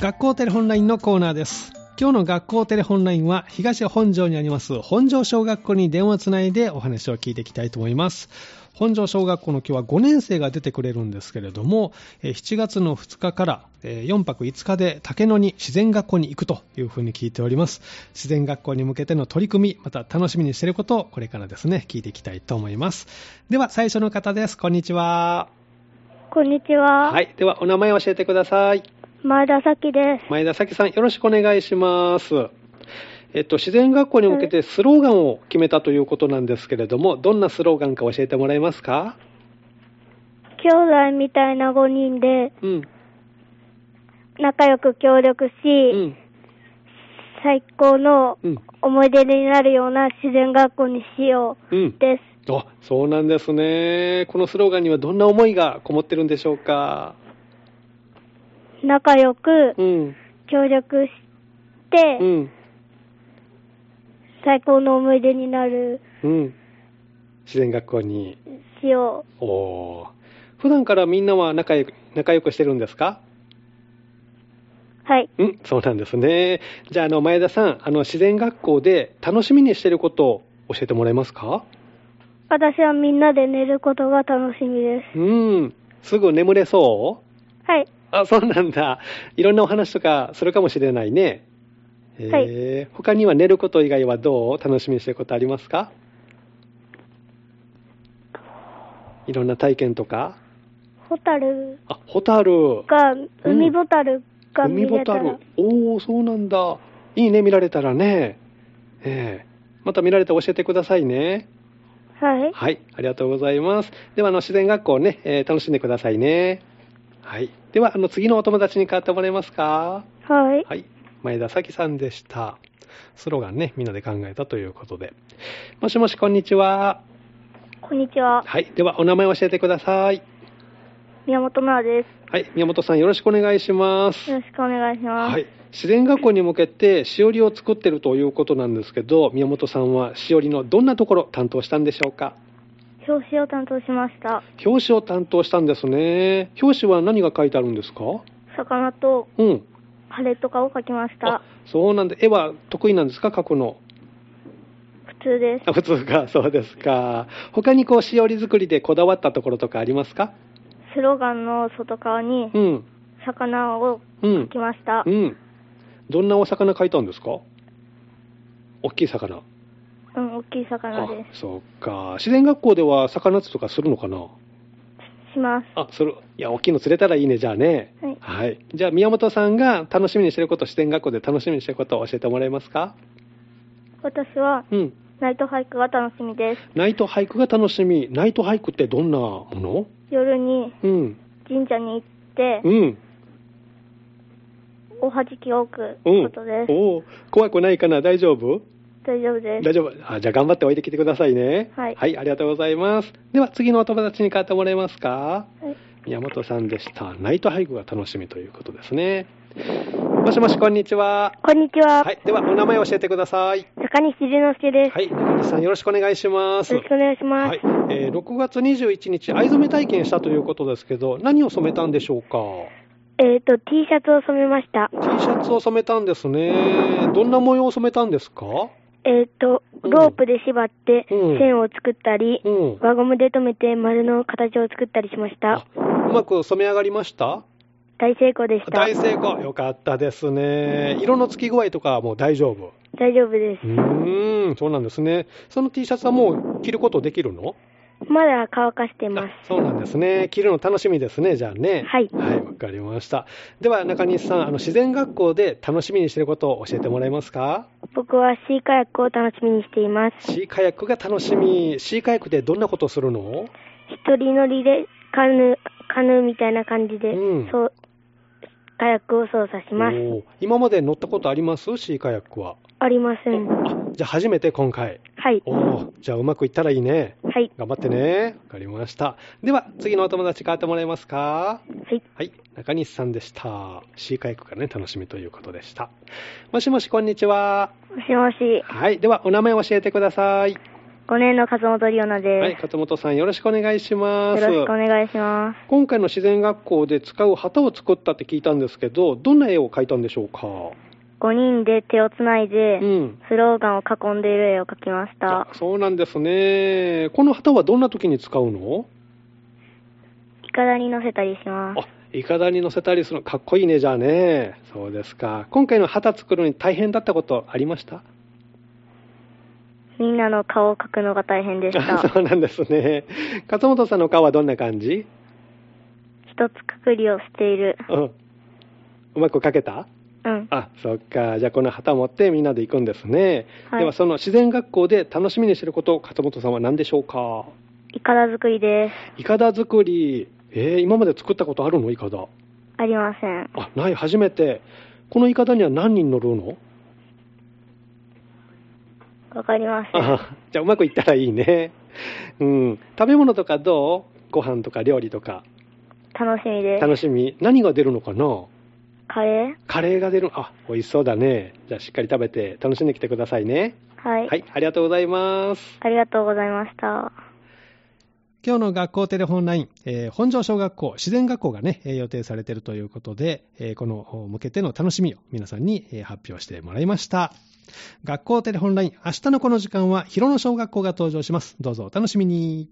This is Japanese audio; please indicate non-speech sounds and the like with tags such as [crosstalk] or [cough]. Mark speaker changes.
Speaker 1: 学校テレホンラインのコーナーです今日の学校テレホンラインは東本庄にあります本庄小学校に電話つないでお話を聞いていきたいと思います本庄小学校の今日は5年生が出てくれるんですけれどもえー7月の2日からえー4泊5日で竹野に自然学校に行くというふうに聞いております自然学校に向けての取り組みまた楽しみにしていることをこれからですね聞いていきたいと思いますでは最初の方ですこんにちは
Speaker 2: こんにちは。
Speaker 1: はいではお名前を教えてください
Speaker 2: 前田咲です。
Speaker 1: 前田咲さん、よろしくお願いします。えっと、自然学校に向けてスローガンを決めたということなんですけれども、どんなスローガンか教えてもらえますか
Speaker 2: 兄弟みたいな5人で
Speaker 1: うん。
Speaker 2: 仲良く協力し、
Speaker 1: うん。
Speaker 2: 最高の
Speaker 1: うん。
Speaker 2: 思い出になるような自然学校にしよ
Speaker 1: う。
Speaker 2: うんです。
Speaker 1: あ、そうなんですね。このスローガンにはどんな思いがこもってるんでしょうか。
Speaker 2: 仲良く
Speaker 1: うん。
Speaker 2: 協力し
Speaker 1: う
Speaker 2: て、
Speaker 1: ん。
Speaker 2: 最高の思い出になる
Speaker 1: うん。自然学校に。
Speaker 2: しよ
Speaker 1: おー。普段からみんなは仲良く仲良くしてるんですか
Speaker 2: う。はい。
Speaker 1: うん、そうなんですね。じゃあ、あの、前田さん、あの、自然学校で楽しみにしてることを教えてもらえますか
Speaker 2: 私はみんなで寝ることが楽しみで
Speaker 1: うん、すぐ眠れそう
Speaker 2: す。はい。
Speaker 1: あ、そうなんだ。いろんなお話とかするかもしれないね。え
Speaker 2: は
Speaker 1: 他には寝ること以外はどう楽しみにしてることありますかいろんな体験とか。
Speaker 2: ホタル
Speaker 1: あ、ホタル。
Speaker 2: が、
Speaker 1: うん
Speaker 2: 海ボタルが見
Speaker 1: 海ボ
Speaker 2: れた
Speaker 1: タ
Speaker 2: ら、
Speaker 1: ル。おー、そうなんだ。いいね、見られたらね。ええまた見られたら教えてくださいね。
Speaker 2: はい。
Speaker 1: はい、ありがとうございます。では、あの、自然学校ね、えー楽しんでくださいね。はい。では、あの、次のお友達に変わってもらえますか
Speaker 2: はい。
Speaker 1: はい。前田咲さんでした。スローガンね、みんなで考えたということで。もしもし、こんにちは。
Speaker 2: こんにちは。
Speaker 1: はい。では、お名前を教えてください。
Speaker 2: 宮本奈々で。
Speaker 1: はい。宮本さん、よろしくお願いします
Speaker 2: よ
Speaker 1: す。
Speaker 2: ろしくお願いします。
Speaker 1: はい。自然学校に向けて、しおりを作ってるということなんですけど、宮本さんはしおりのどんなところ担当したんでしょうか
Speaker 2: 表紙を担当しました。
Speaker 1: 表紙を担当したんですね。表紙は何が書いてあるんですか
Speaker 2: 魚と
Speaker 1: うん。
Speaker 2: 晴れとかを描きました
Speaker 1: あ。そうなんで、絵は得意なんですか過去の。
Speaker 2: 普通です。
Speaker 1: あ普通か、そうですか。他にこう、しおり作りでこだわったところとかありますか
Speaker 2: スローガンの外側に
Speaker 1: うん。
Speaker 2: 魚を
Speaker 1: うん
Speaker 2: 描き。ました
Speaker 1: う。ん。どんなお魚描いたんですか大きい魚。
Speaker 2: うん、大きい魚で
Speaker 1: あそうか。自然学校では魚釣りとかするのかな
Speaker 2: す。します。
Speaker 1: あ、それ、いや、大きいの釣れたらいいね、じゃあね。
Speaker 2: はい
Speaker 1: はい。じゃあ、宮本さんが楽しみにしてること、自然学校で楽しみにしてることを教えてもらえますか
Speaker 2: 私は
Speaker 1: うん。
Speaker 2: ナイト俳句が楽しみです。
Speaker 1: ナイト俳句が楽しみ。ナイト俳句ってどんなもの
Speaker 2: 夜に
Speaker 1: うん。
Speaker 2: 神社に行って
Speaker 1: う、ん。
Speaker 2: おはじきを置く
Speaker 1: うん。
Speaker 2: ことです。
Speaker 1: おう怖くないかな大丈夫
Speaker 2: 大丈夫です。
Speaker 1: 大丈夫あ。じゃあ頑張っておいてきてくださいね。
Speaker 2: はい
Speaker 1: ありがとうございます。では、次のお友達に変わってもらえますか
Speaker 2: はい
Speaker 1: 宮本さんでした。ナイト俳句が楽しみということですね。もしもし、こんにちは。
Speaker 2: こんにちは。
Speaker 1: はい。では、お名前を教えてください。
Speaker 2: 坂西龍之介です。
Speaker 1: はい。中西さん、よろしくお願いします。
Speaker 2: よろしくお願いします。
Speaker 1: はい。えー6月21日、藍染め体験したということですけど、何を染めたんでしょうか
Speaker 2: えっ、と、T シャツを染めました。
Speaker 1: T シャツを染めたんですね。どんな模様を染めたんですか
Speaker 2: えっ、と、ロープで縛って
Speaker 1: うん
Speaker 2: 線を作ったり、
Speaker 1: うん。
Speaker 2: 輪ゴムで留めて丸の形を作ったりしまし
Speaker 1: あ
Speaker 2: た。
Speaker 1: うまく染め上がりました
Speaker 2: 大成功でした。
Speaker 1: 大成功。よかったですね。色の付き具合とかはもう大丈夫。
Speaker 2: 大丈夫で
Speaker 1: うーん、そうなんですね。その T シャツはもう着ることできるの
Speaker 2: す。まだ乾かしてます
Speaker 1: あ。そうなんですね。着るの楽しみですね、じゃあね。
Speaker 2: はい
Speaker 1: はい、わかりました。では、中西さん、あの、自然学校で楽しみにしていることを教えてもらえますか
Speaker 2: 僕はシーカヤックを楽しみにしています。
Speaker 1: シーカヤックが楽しみ。シーカヤックでどんなことをするの
Speaker 2: 一人乗りでカヌー、カヌーみたいな感じで、
Speaker 1: うん
Speaker 2: そう、カヤックを操作します。
Speaker 1: おー今まで乗ったことありますシーカヤックは。
Speaker 2: ありません。は
Speaker 1: あ、じゃあ初めて今回。
Speaker 2: い。
Speaker 1: おーじゃあうまくいったらいいね。
Speaker 2: はい。
Speaker 1: 頑張ってね。わかりました。では、次のお友達変わってもらえますか
Speaker 2: はい。
Speaker 1: はい、中西さんでした。シーカヤックがね、楽しみということでした。もしもし、こんにちは。
Speaker 2: もしもし、
Speaker 1: はい、ではお名前を教えてください。
Speaker 2: 5年の勝本里央奈
Speaker 1: はい、
Speaker 2: です、
Speaker 1: 勝本さんよろしくお願いします。
Speaker 2: よろしくお願いします。
Speaker 1: 今回の自然学校で使う旗を作ったって聞いたんですけど、どんな絵を描いたんでしょうか。
Speaker 2: 5人で手をつないで、
Speaker 1: うん。
Speaker 2: スローガンを囲んでいる絵を描きました
Speaker 1: あ。そうなんですね。この旗はどんな時に使うの？
Speaker 2: いかだに乗せたりします。
Speaker 1: あ、いかだに乗せたりするのかっこいいねじゃあね。そうですか。今回の旗作るのに大変だったことありました？
Speaker 2: みんなの顔を描くのが大変
Speaker 1: [laughs]
Speaker 2: でした。
Speaker 1: そうなんですね。勝本さんの顔はどんな感じ？
Speaker 2: 一つくくりをしている。
Speaker 1: うん。うまく描けた？
Speaker 2: うん。
Speaker 1: あ、そっか。じゃあこの旗持ってみんなで行くんですね。
Speaker 2: はい
Speaker 1: ではその自然学校で楽しみにしてること、勝本さんは何でしょうか
Speaker 2: いかだ作りです。
Speaker 1: いかだ作り。えー、今まで作ったことあるのいかだ。
Speaker 2: ありません。
Speaker 1: あ、ない、初めて。このいかだには何人乗るの
Speaker 2: わかりません。
Speaker 1: あじゃあうまくいったらいいね。うん。食べ物とかどうご飯とか料理とか。
Speaker 2: 楽しみです。
Speaker 1: 楽しみ。何が出るのかな
Speaker 2: カレー
Speaker 1: カレーが出る。あ、美味しそうだね。じゃあしっかり食べて楽しんできてくださいね。
Speaker 2: はい、
Speaker 1: はい、ありがとうございます。
Speaker 2: ありがとうございました。
Speaker 1: 今日の学校テレフォンライン、えー本庄小学校、自然学校がね、えー予定されているということで、えーこのお向けての楽しみを皆さんに、えー発表してもらいました。学校テレフォンライン、明日のこの時間は、広野小学校が登場します。どうぞお楽しみに。